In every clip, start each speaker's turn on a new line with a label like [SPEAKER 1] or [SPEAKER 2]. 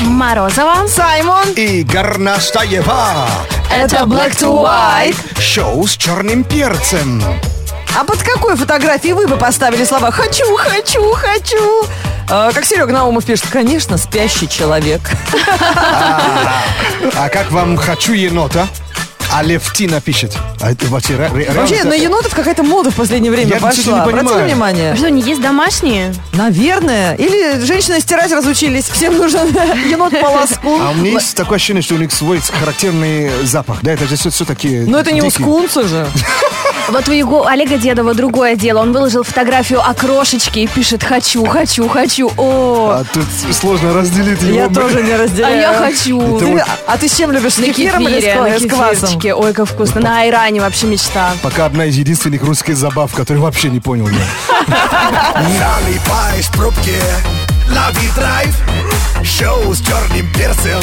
[SPEAKER 1] Морозова.
[SPEAKER 2] Саймон.
[SPEAKER 3] И Горнаштаева.
[SPEAKER 1] Это Black to White.
[SPEAKER 3] Шоу с черным перцем.
[SPEAKER 2] А под какой фотографией вы бы поставили слова «хочу, хочу, хочу»? Э, Как Серега Наумов пишет, конечно, спящий человек.
[SPEAKER 3] А как вам хочу енота? А Левтина пишет. А это вообще ре- ре-
[SPEAKER 2] Вообще,
[SPEAKER 3] реально
[SPEAKER 2] на
[SPEAKER 3] так-
[SPEAKER 2] енотов какая-то мода в последнее время
[SPEAKER 3] Я, кстати, не
[SPEAKER 2] пошла. Обратили
[SPEAKER 3] понимаю.
[SPEAKER 1] А
[SPEAKER 2] внимание?
[SPEAKER 1] Что, не есть домашние?
[SPEAKER 2] Наверное. Или женщины стирать разучились. Всем нужен енот по лоску.
[SPEAKER 3] А у меня есть такое ощущение, что у них свой характерный запах. Да, это же все, такие
[SPEAKER 2] Но это не у
[SPEAKER 3] дикие.
[SPEAKER 2] скунса же.
[SPEAKER 1] Вот у Его- Олега Дедова другое дело. Он выложил фотографию окрошечки и пишет «хочу, хочу, хочу». О,
[SPEAKER 3] А тут сложно разделить его.
[SPEAKER 2] Я тоже не
[SPEAKER 1] а
[SPEAKER 2] разделяю.
[SPEAKER 1] я хочу.
[SPEAKER 3] Это
[SPEAKER 2] Ты-
[SPEAKER 3] вот-
[SPEAKER 2] А ты с чем любишь? С
[SPEAKER 1] На
[SPEAKER 2] кефиром или
[SPEAKER 1] кефире,
[SPEAKER 2] с кла-
[SPEAKER 1] на
[SPEAKER 2] с квасом?
[SPEAKER 1] кефирчике. Ой, как вкусно. На айране вообще мечта.
[SPEAKER 3] Пока одна из единственных русских забав, которую вообще не понял я.
[SPEAKER 4] Налипаешь в пробке Лови драйв Шоу с черным перцем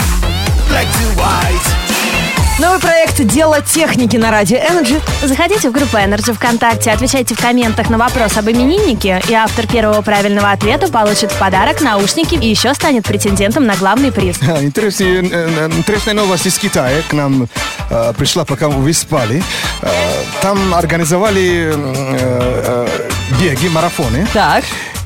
[SPEAKER 4] Black to white
[SPEAKER 2] Новый проект «Дело техники» на радио Energy.
[SPEAKER 1] Заходите в группу Energy ВКонтакте, отвечайте в комментах на вопрос об имениннике, и автор первого правильного ответа получит в подарок наушники и еще станет претендентом на главный приз.
[SPEAKER 3] Ха, Интересные, э, э, интересная новость из Китая к нам э, пришла, пока вы спали. Э, там организовали э, э, беги, марафоны.
[SPEAKER 2] Так.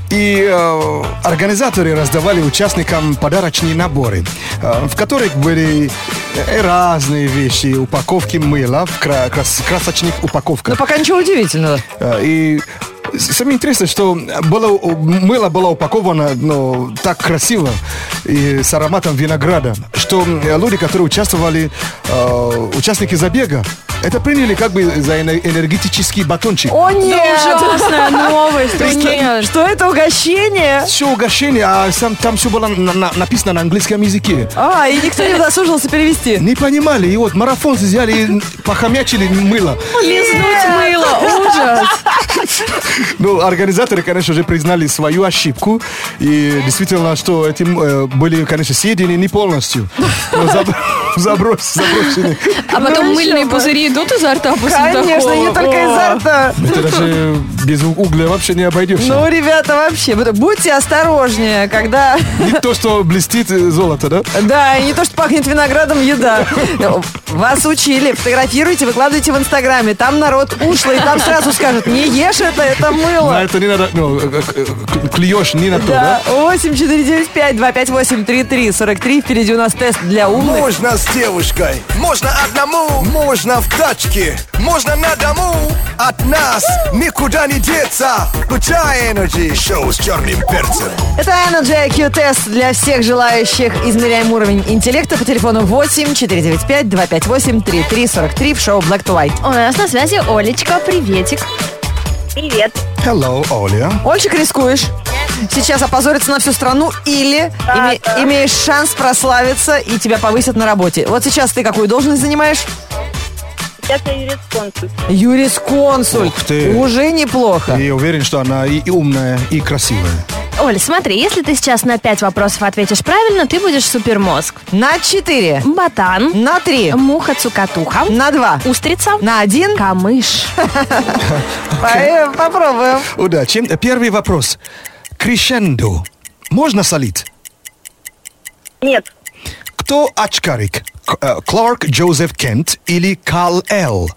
[SPEAKER 3] И э, организаторы раздавали участникам подарочные наборы, э, в которых были э, разные вещи, упаковки мыла в кра- крас- красочных
[SPEAKER 2] Ну,
[SPEAKER 3] упаковках.
[SPEAKER 2] пока ничего удивительного.
[SPEAKER 3] Э, И с- самое интересное, что было, у- мыло было упаковано ну, так красиво и с ароматом винограда, что э, люди, которые участвовали, э, участники забега, это приняли как бы за эне- энергетический батончик.
[SPEAKER 2] О, нет!
[SPEAKER 1] Ужасная
[SPEAKER 2] ну.
[SPEAKER 1] новость,
[SPEAKER 2] Что-
[SPEAKER 1] нет.
[SPEAKER 2] Что это угощение?
[SPEAKER 3] Все угощение, а сам, там все было на- на- написано на английском языке.
[SPEAKER 2] А, и никто не досужился перевести.
[SPEAKER 3] Не понимали, и вот марафон взяли и похомячили мыло.
[SPEAKER 1] Лизнуть мыло, ужас.
[SPEAKER 3] Ну, организаторы, конечно же, признали свою ошибку. И действительно, что эти э, были, конечно, съедены не полностью. но заб- заброс- Заброшены.
[SPEAKER 5] А потом
[SPEAKER 2] Ну,
[SPEAKER 5] мыльные
[SPEAKER 2] ещё бы.
[SPEAKER 5] пузыри идут изо рта после
[SPEAKER 2] Конечно,
[SPEAKER 5] такого?
[SPEAKER 2] не только изо рта.
[SPEAKER 3] Это даже без угля вообще не
[SPEAKER 2] Ну,
[SPEAKER 3] обойдешься.
[SPEAKER 2] ребята, вообще, вот будьте осторожнее, когда...
[SPEAKER 3] Не то, что блестит э, золото, да?
[SPEAKER 2] Да, и не то, что пахнет виноградом еда. Вас учили, фотографируйте, выкладывайте в Инстаграме. Там народ ушлый, там сразу скажут, не ешь это, это
[SPEAKER 3] На
[SPEAKER 2] мыло.
[SPEAKER 3] это не надо, ну, э, э, к- клюешь не на то,
[SPEAKER 2] Да,
[SPEAKER 3] да?
[SPEAKER 2] 8 4 9 5 2 5 8 3 3 43. Впереди у нас тест для умных.
[SPEAKER 4] Можно с девушкой Можно одному Можно в тачке Можно на дому От нас никуда не деться Включай Energy Шоу с черным перцем
[SPEAKER 2] Это Energy IQ тест для всех желающих. Измеряем уровень интеллекта по телефону 8 495 258 3343 в шоу Black to White.
[SPEAKER 1] У нас на связи Олечка, приветик.
[SPEAKER 6] Привет.
[SPEAKER 3] Hello, Оля.
[SPEAKER 2] Ольчик, рискуешь? Сейчас опозориться на всю страну или име- имеешь шанс прославиться и тебя повысят на работе. Вот сейчас ты какую должность занимаешь?
[SPEAKER 6] Сейчас я юрисконсульт.
[SPEAKER 2] Юрисконсуль.
[SPEAKER 3] Ух ты.
[SPEAKER 2] Уже неплохо.
[SPEAKER 3] И уверен, что она и и умная, и красивая.
[SPEAKER 1] Оль, смотри, если ты сейчас на пять вопросов ответишь правильно, ты будешь супермозг.
[SPEAKER 2] На 4,
[SPEAKER 1] Ботан,
[SPEAKER 2] на 3,
[SPEAKER 1] муха-цукатуха,
[SPEAKER 2] на 2,
[SPEAKER 1] устрица,
[SPEAKER 2] на 1.
[SPEAKER 1] камыш.
[SPEAKER 2] Попробуем.
[SPEAKER 3] Удачи. Первый вопрос. Крещендо. Можно солить?
[SPEAKER 6] Нет,
[SPEAKER 3] Кто очкарик? К- э, Кларк Джозеф Кент или Кал Эл?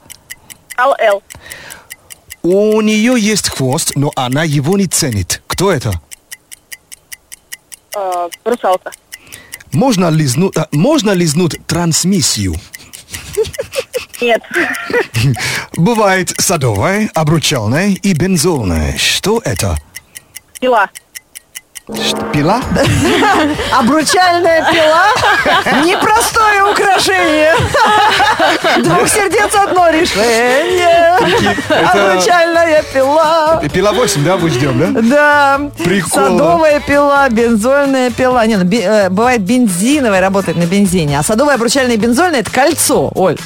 [SPEAKER 6] ЛЛ.
[SPEAKER 3] У нее есть хвост, но она его не ценит. Кто это?
[SPEAKER 6] Э, русалка.
[SPEAKER 3] Можно лизнуть, э, можно лизнуть трансмиссию.
[SPEAKER 6] Нет.
[SPEAKER 3] Бывает садовая, обручальная и бензольная. Что это?
[SPEAKER 6] Пила.
[SPEAKER 3] Ш- Пила?
[SPEAKER 2] Обручальная пила – непростое украшение. Двух сердец – одно решение. Обручальная пила.
[SPEAKER 3] Пила 8, да, вы ждем, да?
[SPEAKER 2] Да.
[SPEAKER 3] Прикол.
[SPEAKER 2] Садовая пила, бензольная пила. Не, ну, бе- э, бывает бензиновая, работает на бензине. А садовая, обручальная и бензольная – это кольцо, Оль.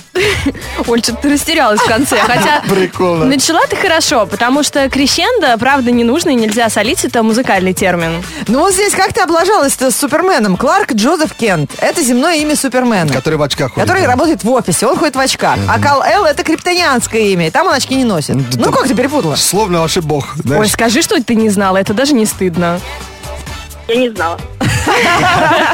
[SPEAKER 5] Оль, что-то ты растерялась в конце. Хотя
[SPEAKER 3] Прикольно.
[SPEAKER 5] начала ты хорошо, потому что крещендо, правда, не нужно и нельзя солить. Это музыкальный термин.
[SPEAKER 2] Ну вот здесь как ты облажалась-то с Суперменом? Кларк Джозеф Кент. Это земное имя Супермена.
[SPEAKER 3] Который в очках ходит.
[SPEAKER 2] Который работает в офисе, он ходит в очках. А Кал Эл это криптонианское имя, и там он очки не носит.
[SPEAKER 3] да
[SPEAKER 2] Ну
[SPEAKER 3] там-
[SPEAKER 2] как ты перепутала?
[SPEAKER 3] Словно вообще бог,
[SPEAKER 5] Ой,
[SPEAKER 3] знаешь.
[SPEAKER 5] скажи, что ты не знала. Это даже не стыдно.
[SPEAKER 6] Я не знала.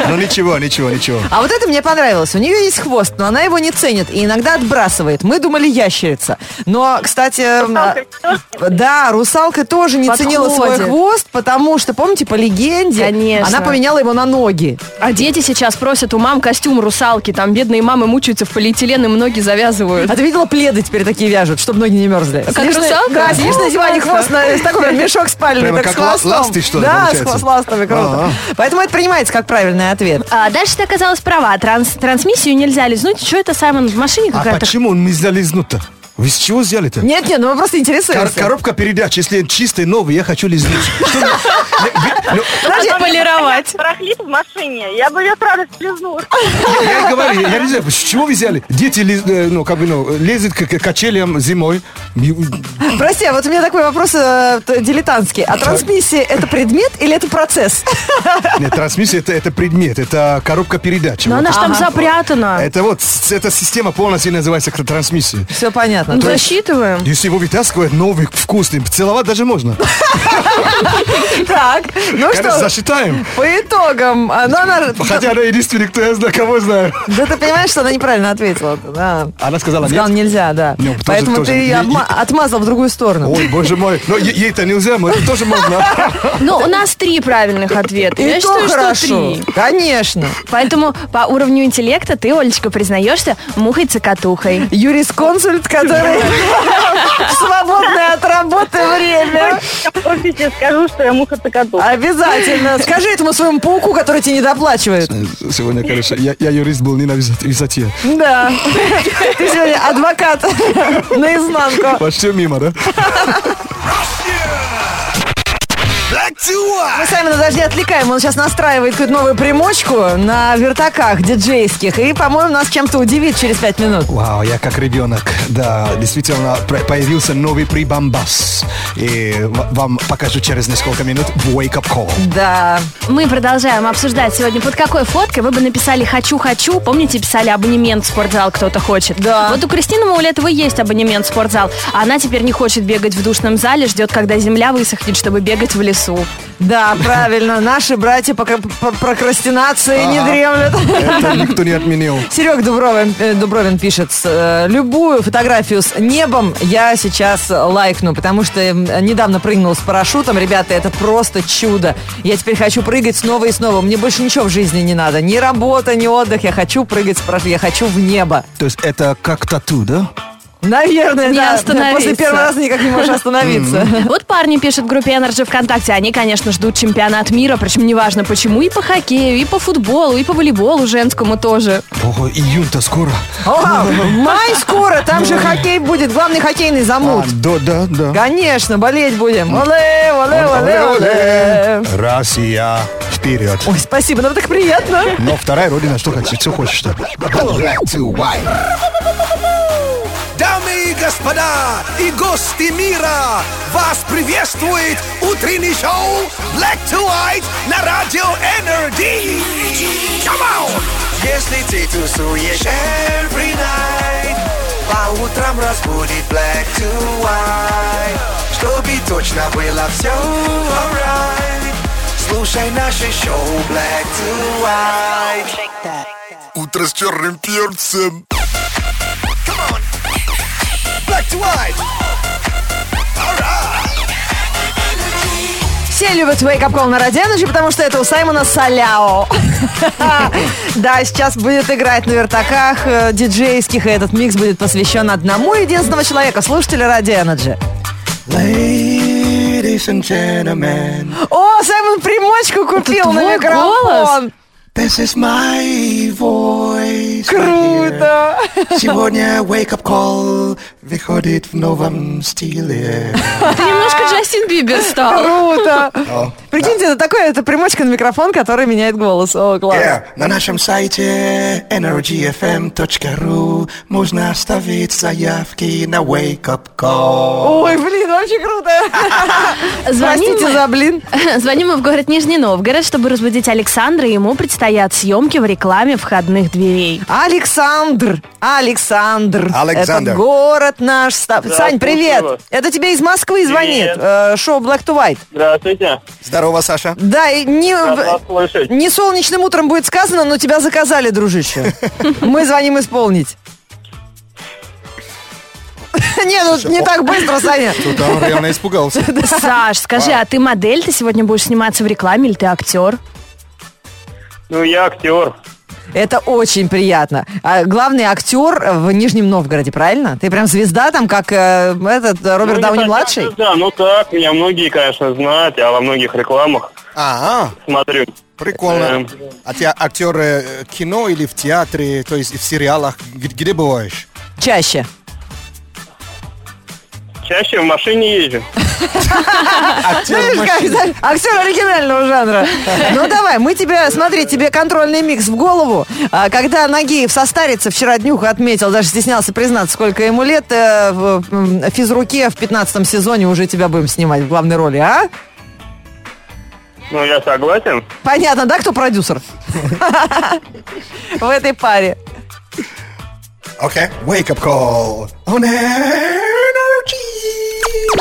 [SPEAKER 3] Ну ничего, ничего, ничего.
[SPEAKER 2] А вот это мне понравилось. У нее есть хвост, но она его не ценит и иногда отбрасывает. Мы думали ящерица. Но, кстати,
[SPEAKER 7] Русалка
[SPEAKER 2] э, да, русалка тоже не
[SPEAKER 8] Подходит.
[SPEAKER 2] ценила свой хвост, потому что, помните, по легенде,
[SPEAKER 8] Конечно.
[SPEAKER 2] она поменяла его на ноги.
[SPEAKER 8] А дети сейчас просят у мам костюм русалки. Там бедные мамы мучаются в полиэтилен и многие завязывают.
[SPEAKER 2] А ты видела, пледы теперь такие вяжут, чтобы ноги не мерзли.
[SPEAKER 8] Как русалка?
[SPEAKER 2] Да, сидишь на диване, хвост, на, с такой прям мешок спальный,
[SPEAKER 3] Прямо
[SPEAKER 2] так с
[SPEAKER 3] как ла-
[SPEAKER 2] хвостом.
[SPEAKER 3] ласты, что ли,
[SPEAKER 2] Да,
[SPEAKER 3] получается?
[SPEAKER 2] с хво- с ластами, круто. Поэтому это принимается как правильный ответ.
[SPEAKER 1] А, дальше ты оказалась права. Транс- трансмиссию нельзя лизнуть. Что это, Саймон, в машине
[SPEAKER 3] А
[SPEAKER 1] какая-то?
[SPEAKER 3] почему нельзя лизнуть-то? Вы с чего взяли-то?
[SPEAKER 2] Нет, нет, ну мы просто
[SPEAKER 3] Кор-
[SPEAKER 2] интересуемся.
[SPEAKER 3] коробка передач, если чистый новый, я хочу лизнуть. Что вы- Не, ви-
[SPEAKER 2] Подожди,
[SPEAKER 8] Полировать.
[SPEAKER 7] Барахлит в машине. Я бы ее сразу слезнула.
[SPEAKER 3] ну, Я и говорю, я не знаю, с чего вы взяли? Дети лиз- э, ну, как бы, ну, лезут к к качелям зимой. Ю-
[SPEAKER 2] Прости, а вот у меня такой вопрос э, т- дилетантский. А трансмиссия это предмет или это процесс?
[SPEAKER 3] Нет, трансмиссия это, это предмет, это коробка передач.
[SPEAKER 1] Но
[SPEAKER 3] Вот.
[SPEAKER 1] Ну, она же там запрятана.
[SPEAKER 3] Это вот, с- эта система полностью называется кра- трансмиссия.
[SPEAKER 2] Все понятно.
[SPEAKER 8] Ну, Засчитываем.
[SPEAKER 3] Если его вытаскивают, новый, вкусный, целовать даже можно.
[SPEAKER 2] Так, ну
[SPEAKER 3] Конечно,
[SPEAKER 2] что,
[SPEAKER 3] засчитаем.
[SPEAKER 2] по итогам. а, Ну, она...
[SPEAKER 3] Хотя она единственный, кто я знаю, кого знаю.
[SPEAKER 2] Да ты понимаешь, что она неправильно ответила. Да.
[SPEAKER 3] Она сказала
[SPEAKER 2] Сказала,
[SPEAKER 3] нет.
[SPEAKER 2] нельзя, да.
[SPEAKER 3] Ну, тоже-
[SPEAKER 2] Поэтому
[SPEAKER 3] тоже.
[SPEAKER 2] ты ее
[SPEAKER 3] Е-
[SPEAKER 2] обма- отмазал в другую сторону.
[SPEAKER 3] Ой, боже мой. Но е- ей-то нельзя, мы тоже можно.
[SPEAKER 8] Ну, у нас три правильных ответа.
[SPEAKER 2] И
[SPEAKER 8] Я
[SPEAKER 2] то
[SPEAKER 8] считаю,
[SPEAKER 2] хорошо.
[SPEAKER 8] что три.
[SPEAKER 2] Конечно.
[SPEAKER 1] Поэтому по уровню интеллекта ты, Олечка, признаешься мухой-цокотухой.
[SPEAKER 2] Юрисконсульт, который в свободное от работы время.
[SPEAKER 7] В офисе скажу, что я муха
[SPEAKER 2] А
[SPEAKER 7] цокотуха.
[SPEAKER 2] Обязательно. Скажи этому своему пауку, который тебе не доплачивает.
[SPEAKER 3] Сегодня, конечно, я, я юрист был не на висот- высоте.
[SPEAKER 2] Да. Ты сегодня адвокат наизнанку.
[SPEAKER 3] Почти мимо, да?
[SPEAKER 9] Black to white.
[SPEAKER 2] Мы Саймона даже не отвлекаем. Он сейчас настраивает какую-то новую примочку на вертаках диджейских. И, по-моему, нас чем-то удивит через пять минут.
[SPEAKER 3] Вау, я как ребенок. Да, действительно, про- появился новый прибамбас. И в- вам покажу через несколько минут Wake Up Call.
[SPEAKER 2] Да.
[SPEAKER 1] Мы продолжаем обсуждать сегодня, под какой фоткой вы бы написали «хочу-хочу». Помните, писали абонемент в спортзал кто-то хочет?
[SPEAKER 2] Да.
[SPEAKER 1] Вот у Кристины Маулетовой есть абонемент в спортзал. а Она теперь не хочет бегать в душном зале, ждет, когда земля высохнет, чтобы бегать в лесу.
[SPEAKER 2] Да, правильно. Наши братья по, кра- по прокрастинации не дремлют.
[SPEAKER 3] Это никто не отменил.
[SPEAKER 2] Серег Дубровин, э, Дубровин пишет, э, любую фотографию с небом я сейчас лайкну, потому что э, недавно прыгнул с парашютом. Ребята, это просто чудо. Я теперь хочу прыгать снова и снова. Мне больше ничего в жизни не надо. Ни работа, ни отдых. Я хочу прыгать с парашютом. Я хочу в небо.
[SPEAKER 3] То есть это как тату, да?
[SPEAKER 2] Наверное,
[SPEAKER 1] Не
[SPEAKER 2] да.
[SPEAKER 1] остановиться.
[SPEAKER 2] После первого раза никак не можешь остановиться.
[SPEAKER 1] Вот парни пишут в группе Energy ВКонтакте. Они, конечно, ждут чемпионат мира, причем неважно почему, и по хоккею, и по футболу, и по волейболу женскому тоже.
[SPEAKER 3] Ого, июнь-то скоро.
[SPEAKER 2] О, май скоро, там же хоккей будет. Главный хоккейный замут.
[SPEAKER 3] А, да, да, да.
[SPEAKER 2] Конечно, болеть будем. Оле, оле, оле, оле.
[SPEAKER 3] Россия вперед.
[SPEAKER 2] Ой, спасибо, нам так приятно.
[SPEAKER 3] Но вторая родина, что хочешь, что хочешь то
[SPEAKER 9] Black to white. Дамы и господа и гости мира, вас приветствует утренний шоу Black to White на радио Energy. Come on! Если ты тусуешь every night, по утрам разбудит Black to White, чтобы точно было все alright. Слушай наше шоу Black to White. Утро с черным перцем. Come on. Black to white. All right.
[SPEAKER 2] Все любят Wake Up Call на Радио Energy, потому что это у Саймона Соляо. Да, сейчас будет играть на вертаках э, диджейских, и этот микс будет посвящен одному единственному человеку, слушателю Радио Energy.
[SPEAKER 9] Ladies and gentlemen,
[SPEAKER 2] О, Саймон примочку купил на
[SPEAKER 8] твой
[SPEAKER 2] микрофон.
[SPEAKER 9] this is my voice.
[SPEAKER 2] Круто.
[SPEAKER 9] Сегодня Wake Up Call выходит в новом стиле.
[SPEAKER 8] Ты немножко Джастин Бибер стал.
[SPEAKER 2] Круто. Прикиньте, это такое, это примочка на микрофон, который меняет голос. О, класс.
[SPEAKER 9] Yeah. На нашем сайте energyfm.ru можно оставить заявки на Wake Up Call.
[SPEAKER 2] Ой, блин, вообще круто.
[SPEAKER 1] Звоним
[SPEAKER 2] Простите
[SPEAKER 1] мы.
[SPEAKER 2] за блин.
[SPEAKER 1] Звоним мы в город Нижний Новгород, чтобы разбудить Александра, и ему предстоят съемки в рекламе входных дверей.
[SPEAKER 2] Александр. Александр.
[SPEAKER 3] Александр.
[SPEAKER 2] Это город наш. ста- Сань, привет.
[SPEAKER 7] Здравствуйте.
[SPEAKER 2] Это тебе из Москвы звонит.
[SPEAKER 7] Привет.
[SPEAKER 2] э, Шоу Black to White.
[SPEAKER 7] Здравствуйте.
[SPEAKER 3] Здорово, Саша.
[SPEAKER 2] Да, и не...
[SPEAKER 7] Рад вас слышать.
[SPEAKER 2] Не солнечным утром будет сказано, но тебя заказали, дружище. Мы звоним исполнить. Не, ну не так быстро, Саня.
[SPEAKER 10] Тут он реально испугался.
[SPEAKER 1] Саш, скажи, а ты модель? Ты сегодня будешь сниматься в рекламе или ты актер?
[SPEAKER 7] Ну, я актер.
[SPEAKER 2] Это очень приятно. А главный актер в Нижнем Новгороде, правильно? Ты прям звезда там, как э, этот э,
[SPEAKER 7] Ну,
[SPEAKER 2] Роберт
[SPEAKER 7] не
[SPEAKER 2] Дауни
[SPEAKER 7] совсем
[SPEAKER 2] младший?
[SPEAKER 7] звезда, ну так, меня многие, конечно, знают, я во многих рекламах
[SPEAKER 3] А,
[SPEAKER 7] смотрю.
[SPEAKER 3] прикольно.
[SPEAKER 7] Эм.
[SPEAKER 3] А ты актер э, кино или в театре, то есть в сериалах? Г- Где бываешь?
[SPEAKER 2] Чаще.
[SPEAKER 7] Чаще в машине езжу.
[SPEAKER 2] Знаешь, как это? актер оригинального жанра. Ну давай, мы тебе, смотри, тебе контрольный микс в голову. А, Когда Нагиев состарится, вчера Днюха отметил, даже стеснялся признаться, сколько ему лет, э, в м, физруке в 15 сезоне уже тебя будем снимать в главной роли, а?
[SPEAKER 7] Ну, я согласен.
[SPEAKER 2] Понятно, да, кто продюсер? В этой паре.
[SPEAKER 3] Окей. Wake up call. On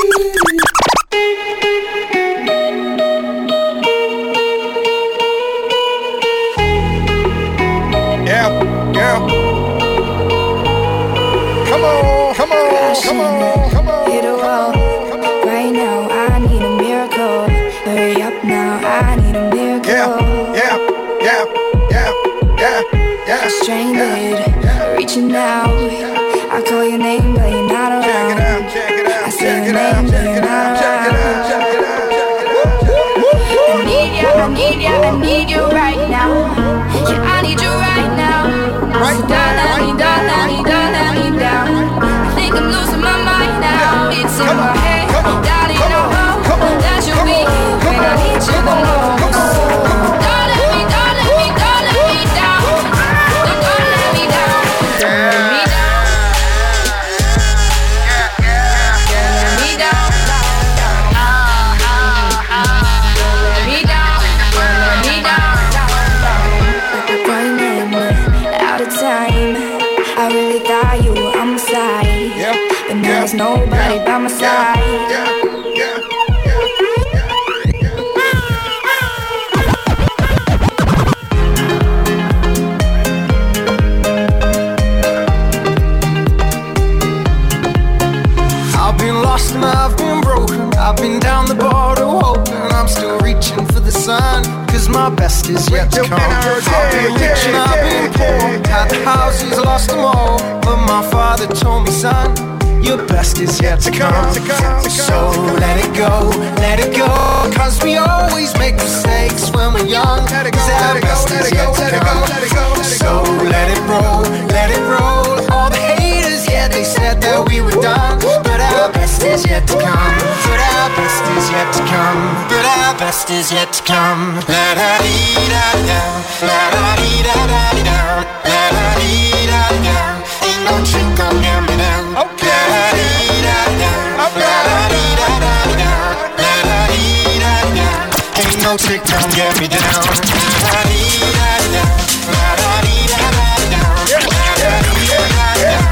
[SPEAKER 3] energy. Yeah, yeah. Come on, come on, come on, come on.
[SPEAKER 11] Hit a wall. Right now, I need a miracle. Hurry up now, I need a miracle.
[SPEAKER 3] Yeah, yeah, yeah, yeah, yeah, yeah.
[SPEAKER 11] Stranded, reaching out. I call your name, but you're not
[SPEAKER 3] Check it
[SPEAKER 11] around.
[SPEAKER 3] out, check it out,
[SPEAKER 11] I see
[SPEAKER 3] check it
[SPEAKER 11] your
[SPEAKER 3] out,
[SPEAKER 11] name, but
[SPEAKER 3] check
[SPEAKER 11] you're
[SPEAKER 3] it out,
[SPEAKER 11] not
[SPEAKER 3] check it out, check it out,
[SPEAKER 11] around.
[SPEAKER 3] check it out.
[SPEAKER 11] I need you, I need you, I need you right now. Yeah, I need you right now.
[SPEAKER 3] Right
[SPEAKER 11] So down,
[SPEAKER 3] now,
[SPEAKER 11] I need down, I need down, I need down. I think I'm losing my mind now. It's in
[SPEAKER 3] Come
[SPEAKER 11] my
[SPEAKER 3] on,
[SPEAKER 11] head,
[SPEAKER 3] come on,
[SPEAKER 11] darling.
[SPEAKER 3] come
[SPEAKER 11] I
[SPEAKER 3] on, come on,
[SPEAKER 11] hope that you'll
[SPEAKER 3] come
[SPEAKER 11] be
[SPEAKER 3] on,
[SPEAKER 11] here
[SPEAKER 3] come
[SPEAKER 11] when I
[SPEAKER 3] on,
[SPEAKER 11] need you
[SPEAKER 3] come
[SPEAKER 11] the
[SPEAKER 3] on,
[SPEAKER 11] most. Don't let me, don't let me, don't let me down. Don't, don't let me down. Don't let me down. Don't let me down. Don't let me down. Don't let me down running out of time. I really thought you were on my side,
[SPEAKER 3] Yeah,
[SPEAKER 11] but now there's nobody by
[SPEAKER 3] yeah,
[SPEAKER 11] my side.
[SPEAKER 3] yeah, yeah, yeah, yeah, yeah.
[SPEAKER 9] I've been lost and I've been broken. I've been down the border hoping I'm still reaching for the sun. Cause my best is yet to come. I've been rich and I've been poor. Had the houses, lost them all. But my father told me, son, your best is yet to come. So let it go, let it go. Cause we always make mistakes when we're young. Let it go, let it go, let it go, let it go, let it go. So let it roll, let it roll. All the haters, yeah, they said that we were done. But our best is yet to come. But our best is yet to come. But our best is yet to come. La da dee da da. La da dee da da dee da. La da dee da da. Ain't no trick on him now.
[SPEAKER 3] Okay.
[SPEAKER 9] La da dee da da. La da dee da da dee da. La da dee da da. Ain't no trick on get me down. La da dee da da. La da dee da da dee da. La da dee da da dee da. Ain't no trick on get me down. La da dee da da. La da dee da da dee da. La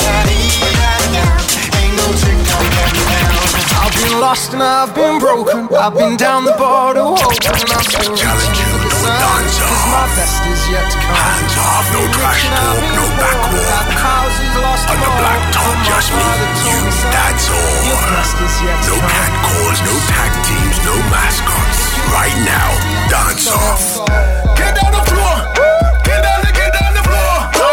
[SPEAKER 9] da dee da da. Ain't no trick on get me down. I've been lost and I've been broken. I've been down the border, hoping I'm still reaching for the sun. 'Cause my best is yet to come. Hands off, no trash talk, no back walk. On the black top, just me, you, that's all. Your best is yet to come.
[SPEAKER 12] Cause no tag teams, no mascots. Right now, dance off. Get down the floor. Get down the, get down the floor. Go.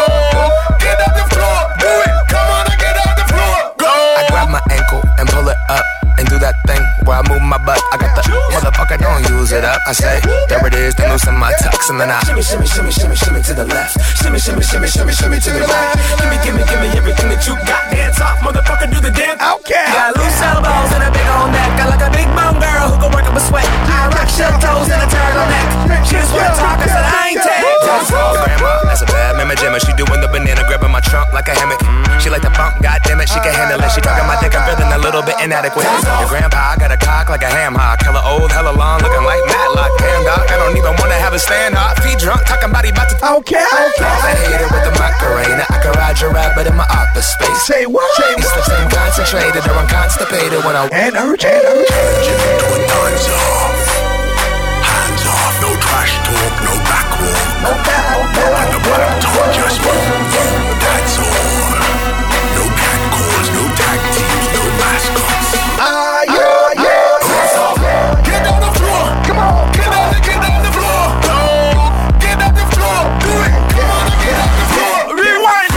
[SPEAKER 12] Get down the floor. Do it. Come on and get down the floor. Go.
[SPEAKER 13] I grab my ankle and pull it up and do that thing where I move my butt. I got the motherfucker, don't use it up. I say, there it is, then loosen my tux and then I shimmy, shimmy, shimmy, shimmy, shimmy to the left. Shimmy, shimmy, shimmy, shimmy, shimmy to the right. Gimme, gimme, gimme everything that you got. Dance off, motherfucker, do the dance.
[SPEAKER 3] Okay.
[SPEAKER 13] Got loose elbows and a big old neck. I like a big bone girl who can work up a sweat. I rock shell toes and a turtleneck. She just wanna talk, I said, I ain't tag. That's all, grandma. That's a bad mama jamma. She doing the banana, grabbing my trunk like a hammock. She like to bump, god damn it.
[SPEAKER 9] she can handle it. She talking my dick, I'm feeling a little bit inadequate. Your grandpa, I got a cock like a ham hock. Hella old, hella long, looking like Matlock. Damn, dog, I don't even wanna have a stand up. Feet drunk, talking body about to. Okay, okay. I hate it with the Macarena. I can ride your rabbit in my office space. Say what? Say what? These lips ain't concentrated or I'm constipated when I. And urge, and
[SPEAKER 14] Hands off. Hands off. No trash talk, no back walk. No back walk. the bottom talk, just move. That's all. No cat calls, no tag teams, no mascots.
[SPEAKER 4] Ah, yeah, yeah.
[SPEAKER 14] Hands off.
[SPEAKER 4] Get on the floor. Come on. Get on the, get on the floor. No. Get on the floor. Do it. Come on, get on the floor. Rewind.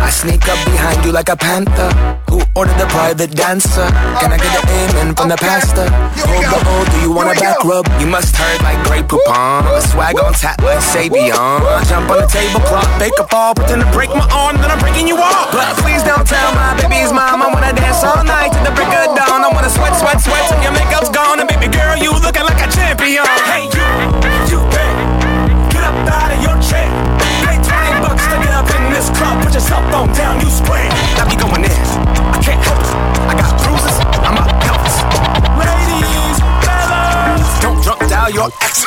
[SPEAKER 9] I sneak up behind you like a panther. Who ordered the private dancer? Can I get an amen from the pastor? Hold the oh, do you want a back rub? You must hurt like Grey Poupon. Swag on tap like Sabion. Jump on the tablecloth, bake a fall, pretend to break my arm, then I'm breaking you off. But please don't tell my baby's mom I wanna dance all night to the break of dawn. I wanna sweat, sweat, sweat till your makeup's gone. And baby girl, you looking like a champion. Hey, you, you, hey, get up out of your chair. Pay 20 bucks to get up in this club. Put your cell phone down, you scream. I be going in. I can't help it. I got bruises. I'm out pelvis. Ladies, fellas, don't drunk dial your exes.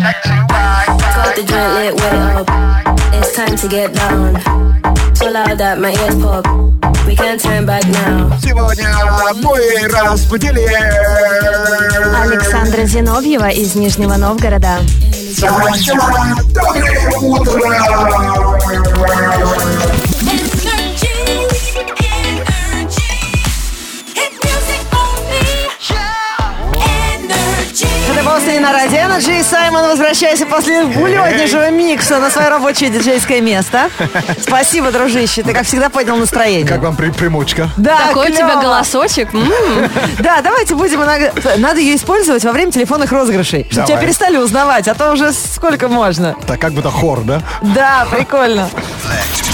[SPEAKER 11] Got the joint lit way up. It's time to get down. So loud that my ears pop. We can't turn back now.
[SPEAKER 4] Мы распутили.
[SPEAKER 1] Александра Зиновьева из Нижнего Новгорода.
[SPEAKER 4] Доброе утро.
[SPEAKER 2] Это был на ради Energy и Саймон, возвращайся после буднижего микса на свое рабочее диджейское место. Спасибо, дружище, ты, как всегда, поднял настроение.
[SPEAKER 3] Как вам при- примочка?
[SPEAKER 2] Да,
[SPEAKER 5] Такой у
[SPEAKER 2] клёво.
[SPEAKER 5] тебя голосочек. М.
[SPEAKER 2] Да, давайте будем иногда... Надо ее использовать во время телефонных розыгрышей, чтобы тебя
[SPEAKER 3] Давай.
[SPEAKER 2] перестали узнавать, а то уже сколько можно.
[SPEAKER 3] Так как будто хор, да?
[SPEAKER 2] Да, прикольно.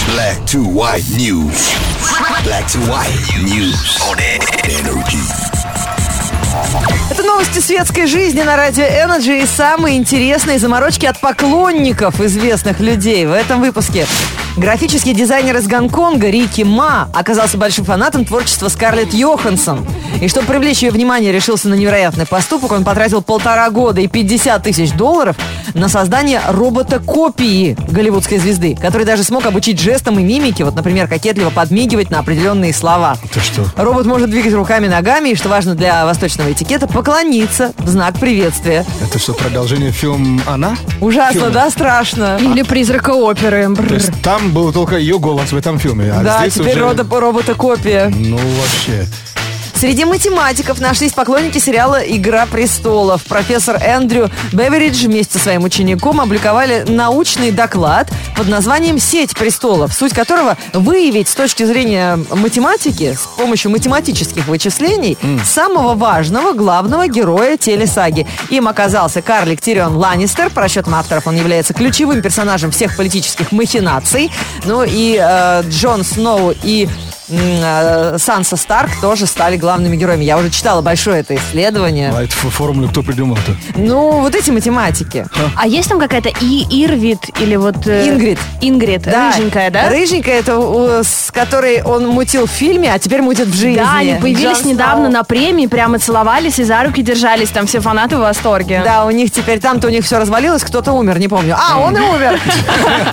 [SPEAKER 14] Black to white news. Black to white news on energy.
[SPEAKER 2] Это новости светской жизни на радио Energy и самые интересные заморочки от поклонников известных людей в этом выпуске. Графический дизайнер из Гонконга Рики Ма оказался большим фанатом творчества Скарлетт Йоханссон. И чтобы привлечь ее внимание, решился на невероятный поступок. Он потратил полтора года и 50 тысяч долларов на создание робота-копии голливудской звезды, который даже смог обучить жестам и мимике, вот, например, кокетливо подмигивать на определенные слова.
[SPEAKER 3] Ты что?
[SPEAKER 2] Робот может двигать руками, ногами, и, что важно для восточного этикета, поклониться в знак приветствия.
[SPEAKER 3] Это что, продолжение фильм «Она»?
[SPEAKER 2] Ужасно,
[SPEAKER 3] Фильм.
[SPEAKER 2] да, страшно.
[SPEAKER 5] Или призрака оперы. Бррр.
[SPEAKER 3] То есть там был только ее голос в этом фильме. а
[SPEAKER 2] Да,
[SPEAKER 3] здесь
[SPEAKER 2] теперь
[SPEAKER 3] уже-
[SPEAKER 2] рода- робота-копия.
[SPEAKER 3] Ну, вообще.
[SPEAKER 2] Среди математиков нашлись поклонники сериала «Игра престолов». Профессор Эндрю Беверидж вместе со своим учеником опубликовали научный доклад под названием «Сеть престолов», суть которого – выявить с точки зрения математики, с помощью математических вычислений, самого важного главного героя телесаги. Им оказался карлик Тирион Ланнистер. По расчетам авторов он является ключевым персонажем всех политических махинаций. Ну и э, Джон Сноу и м, э, Санса Старк тоже стали главными героями. Я уже читала большое это исследование.
[SPEAKER 3] А эту фо- формулу кто придумал-то?
[SPEAKER 2] Ну, вот эти математики.
[SPEAKER 1] А есть там какая-то И Ирвит или вот... э,
[SPEAKER 2] Ингрид.
[SPEAKER 1] Ингрид, рыженькая, да?
[SPEAKER 2] Рыженькая, это у- с которой он мутил в фильме, а теперь мутит в жизни.
[SPEAKER 1] Да, они появились
[SPEAKER 2] Джон
[SPEAKER 1] недавно
[SPEAKER 2] Сноу.
[SPEAKER 1] на премии, прямо целовались и за руки держались. Там все фанаты в восторге.
[SPEAKER 2] Да, у них теперь там-то у них все развалилось, кто-то умер, не помню. А, он и умер.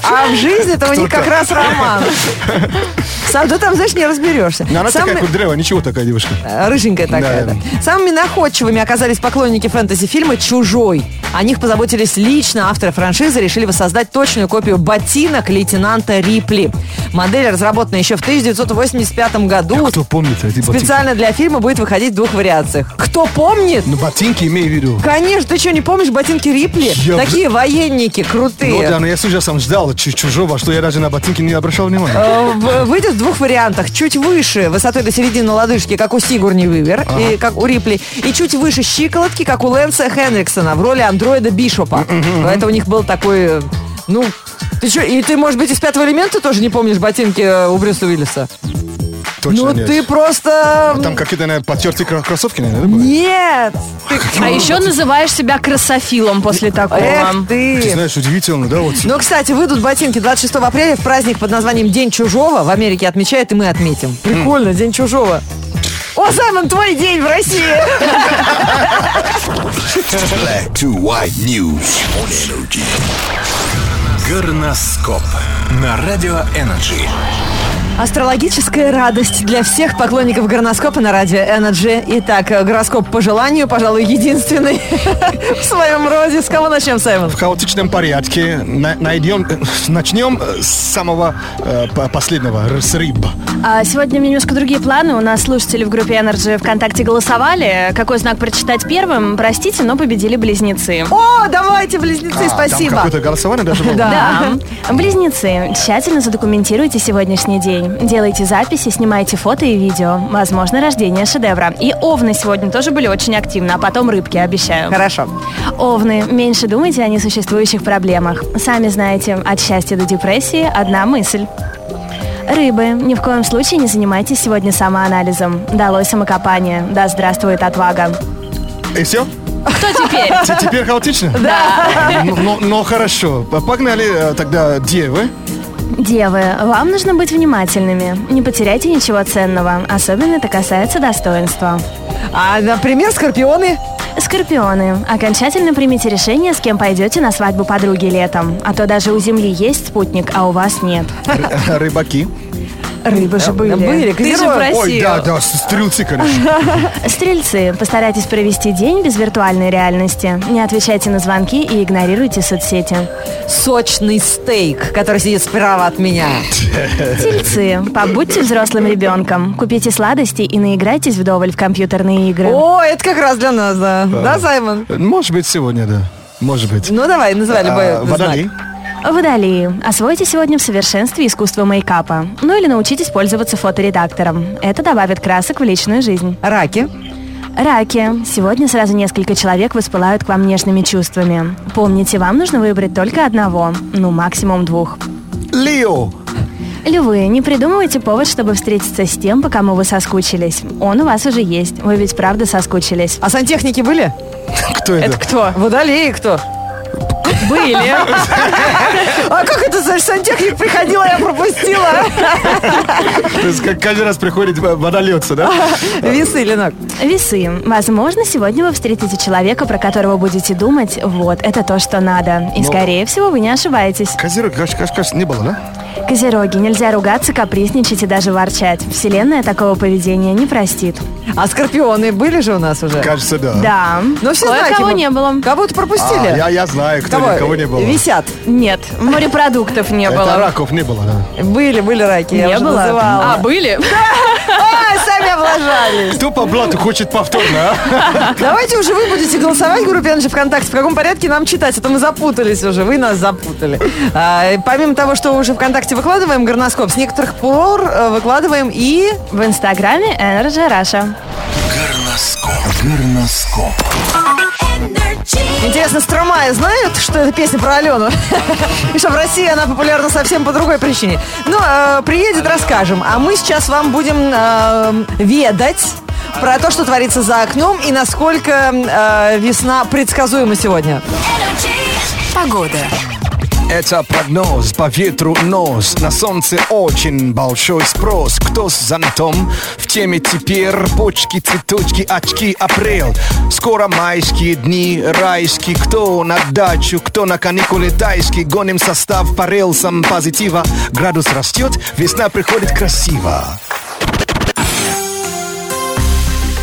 [SPEAKER 2] А в жизни-то у них как раз роман. Сам, да там, знаешь, ни не разберешься.
[SPEAKER 1] Ну,
[SPEAKER 3] Но Ну, она
[SPEAKER 2] Самый-
[SPEAKER 3] такая кудрявая, ничего такая девушка.
[SPEAKER 2] Э, Рыженькая такая,
[SPEAKER 3] Да,
[SPEAKER 2] да. Самыми находчивыми оказались поклонники фэнтези-фильма «Чужой». О них позаботились лично авторы франшизы, решили воссоздать точную копию ботинок лейтенанта Рипли. Модель разработана еще в 1985 году.
[SPEAKER 3] А Кто помнит эти ботинки?
[SPEAKER 2] Специально для фильма будет выходить в двух вариациях. Кто помнит?
[SPEAKER 3] Ну, ботинки имею в виду.
[SPEAKER 2] Конечно, ты что, не помнишь ботинки Рипли?
[SPEAKER 3] Я
[SPEAKER 2] Такие военники, крутые.
[SPEAKER 3] Ну да, но я с ужасом ждал чу- чужого, что я даже на ботинки не обращал внимания.
[SPEAKER 2] Э, в- Выйдет в двух вариантах. Чуть выше, высотой до середины лодыжки, как у Сигурни Вивер, и как у Рипли. И чуть выше щиколотки, как у Лэнса Хенриксона в роли андроида Бишопа. Это у них был такой, э, ну... Ты что, и ты, может быть, из пятого элемента тоже не помнишь ботинки э, у Брюса Уиллиса?
[SPEAKER 3] Точно
[SPEAKER 2] ну
[SPEAKER 3] нет.
[SPEAKER 2] ты просто...
[SPEAKER 3] А Там какие-то, наверное, потертые кро- кроссовки, наверное, были?
[SPEAKER 2] Нет! Ты-
[SPEAKER 5] А еще называешь себя красофилом после такого.
[SPEAKER 2] Эх ты!
[SPEAKER 3] Ты знаешь, удивительно, да, вот.
[SPEAKER 2] Но, кстати, выйдут ботинки 26 апреля в праздник под названием День чужого. В Америке отмечают, и мы отметим. Прикольно, День чужого. О, Саймон, твой день в России!
[SPEAKER 14] Black to white news on energy. Горноскоп на радио Energy.
[SPEAKER 2] Астрологическая радость для всех поклонников гороскопа на радио Energy. Итак, э, гороскоп по желанию, пожалуй, единственный в своем роде. С кого начнем, Саймон?
[SPEAKER 3] В хаотичном порядке на- найдем, начнем э, с самого э, по- последнего, р- с рыб.
[SPEAKER 1] А сегодня немножко другие планы. У нас слушатели в группе Energy ВКонтакте голосовали. Какой знак прочитать первым? Простите, но победили близнецы.
[SPEAKER 2] О, давайте, близнецы,
[SPEAKER 3] А, Там
[SPEAKER 2] спасибо.
[SPEAKER 3] какое-то голосование даже было.
[SPEAKER 1] Да. Близнецы, тщательно задокументируйте сегодняшний день. Делайте записи, снимайте фото и видео. Возможно, рождение шедевра. И овны сегодня тоже были очень активны, а потом рыбки, обещаю.
[SPEAKER 2] Хорошо.
[SPEAKER 1] Овны, меньше думайте о несуществующих проблемах. Сами знаете, от счастья до депрессии одна мысль. Рыбы, ни в коем случае не занимайтесь сегодня самоанализом. Далось самокопание. Да здравствует отвага.
[SPEAKER 3] И все?
[SPEAKER 1] Кто теперь?
[SPEAKER 3] Теперь хаотично? А, Да. Но, но ну, хорошо. Погнали э, тогда девы.
[SPEAKER 1] Девы, вам нужно быть внимательными. Не потеряйте ничего ценного. Особенно это касается достоинства.
[SPEAKER 2] А, например, скорпионы.
[SPEAKER 1] Скорпионы, окончательно примите решение, с кем пойдете на свадьбу подруги летом. А то даже у Земли есть спутник, а у вас нет.
[SPEAKER 3] Р- э, Рыбаки.
[SPEAKER 1] Рыбы же были.
[SPEAKER 2] Были,
[SPEAKER 5] Ты же
[SPEAKER 2] козероги.
[SPEAKER 5] просил.
[SPEAKER 3] Ой, да, да, с- стрелцы, конечно.
[SPEAKER 1] Стрельцы, постарайтесь провести день без виртуальной реальности. Не отвечайте на звонки и игнорируйте соцсети.
[SPEAKER 2] Сочный стейк, который сидит справа от меня.
[SPEAKER 1] Тельцы, побудьте взрослым ребенком. Купите сладости и наиграйтесь вдоволь в компьютерные игры.
[SPEAKER 2] О, это как раз для нас, да. Да, Саймон?
[SPEAKER 3] Может быть, сегодня, да. Может быть.
[SPEAKER 2] Ну давай, называй
[SPEAKER 3] А,
[SPEAKER 2] любой знак.
[SPEAKER 3] Водолей.
[SPEAKER 1] Водолеи, освойте сегодня в совершенстве искусство мейкапа. Ну или научитесь пользоваться фоторедактором. Это добавит красок в личную жизнь.
[SPEAKER 2] Раки.
[SPEAKER 1] Раки, сегодня сразу несколько человек воспылают к вам нежными чувствами. Помните, вам нужно выбрать только одного, ну максимум двух.
[SPEAKER 3] Лио.
[SPEAKER 1] Львы, не придумывайте повод, чтобы встретиться с тем, по кому вы соскучились. Он у вас уже есть. Вы ведь правда соскучились.
[SPEAKER 2] А сантехники были?
[SPEAKER 3] Кто это?
[SPEAKER 2] кто? Водолеи кто?
[SPEAKER 5] Были.
[SPEAKER 2] А как это, значит, сантехник приходила, я пропустила?
[SPEAKER 3] То есть как каждый раз приходит э, водолетца, да?
[SPEAKER 2] Весы, Ленок.
[SPEAKER 1] Весы. Возможно, сегодня вы встретите человека, про которого будете думать, вот, это то, что надо. И,
[SPEAKER 3] Ну.
[SPEAKER 1] скорее всего, вы не ошибаетесь.
[SPEAKER 3] Козерог, кажется, кажется, кажется, не было, да?
[SPEAKER 1] Козероги, нельзя ругаться, капризничать и даже ворчать. Вселенная такого поведения не простит.
[SPEAKER 2] А скорпионы были же у нас уже?
[SPEAKER 3] Кажется, да.
[SPEAKER 1] Да.
[SPEAKER 2] Ну, все знаки
[SPEAKER 1] а кого
[SPEAKER 2] мы-
[SPEAKER 1] не было.
[SPEAKER 2] Кого-то
[SPEAKER 3] А,
[SPEAKER 2] пропустили?
[SPEAKER 3] я, я знаю, кто
[SPEAKER 2] Кого?
[SPEAKER 3] никого не было.
[SPEAKER 2] Висят.
[SPEAKER 5] Нет, морепродуктов не
[SPEAKER 3] Это
[SPEAKER 5] было.
[SPEAKER 3] раков не было, да.
[SPEAKER 2] Были, были раки, я
[SPEAKER 1] Не
[SPEAKER 2] уже
[SPEAKER 1] было?
[SPEAKER 2] называла.
[SPEAKER 5] А, были?
[SPEAKER 2] Ай, сами облажались.
[SPEAKER 3] Кто по блату хочет повторно, а?
[SPEAKER 2] Давайте уже вы будете голосовать в группе Энджи ВКонтакте. В каком порядке нам читать? Это мы запутались уже, вы нас запутали. А, и помимо того, что уже ВКонтакте выкладываем горноскоп, с некоторых пор э, выкладываем и...
[SPEAKER 1] В инстаграме Energy Russia.
[SPEAKER 14] Горноскоп. Горноскоп.
[SPEAKER 2] Интересно, Стромая знают, что это песня про Алену? И что в России она популярна совсем по другой причине. Ну, э, приедет, расскажем. А мы сейчас вам будем э, ведать про то, что творится за окном и насколько э, весна предсказуема сегодня.
[SPEAKER 4] Это прогноз по ветру нос На солнце очень большой спрос Кто с зонтом? В теме теперь Почки, цветочки, очки, апрель Скоро майские дни, райские Кто на дачу, кто на каникулы тайские Гоним состав по рельсам позитива Градус растет, весна приходит красиво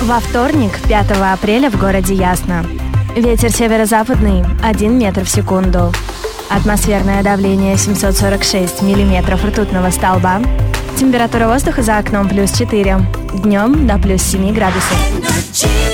[SPEAKER 1] Во вторник, 5 апреля в городе Ясно. Ветер северо-западный 1 метр в секунду. Атмосферное давление 746 миллиметров ртутного столба. Температура воздуха за окном плюс 4. Днем до плюс 7 градусов.
[SPEAKER 14] Energy.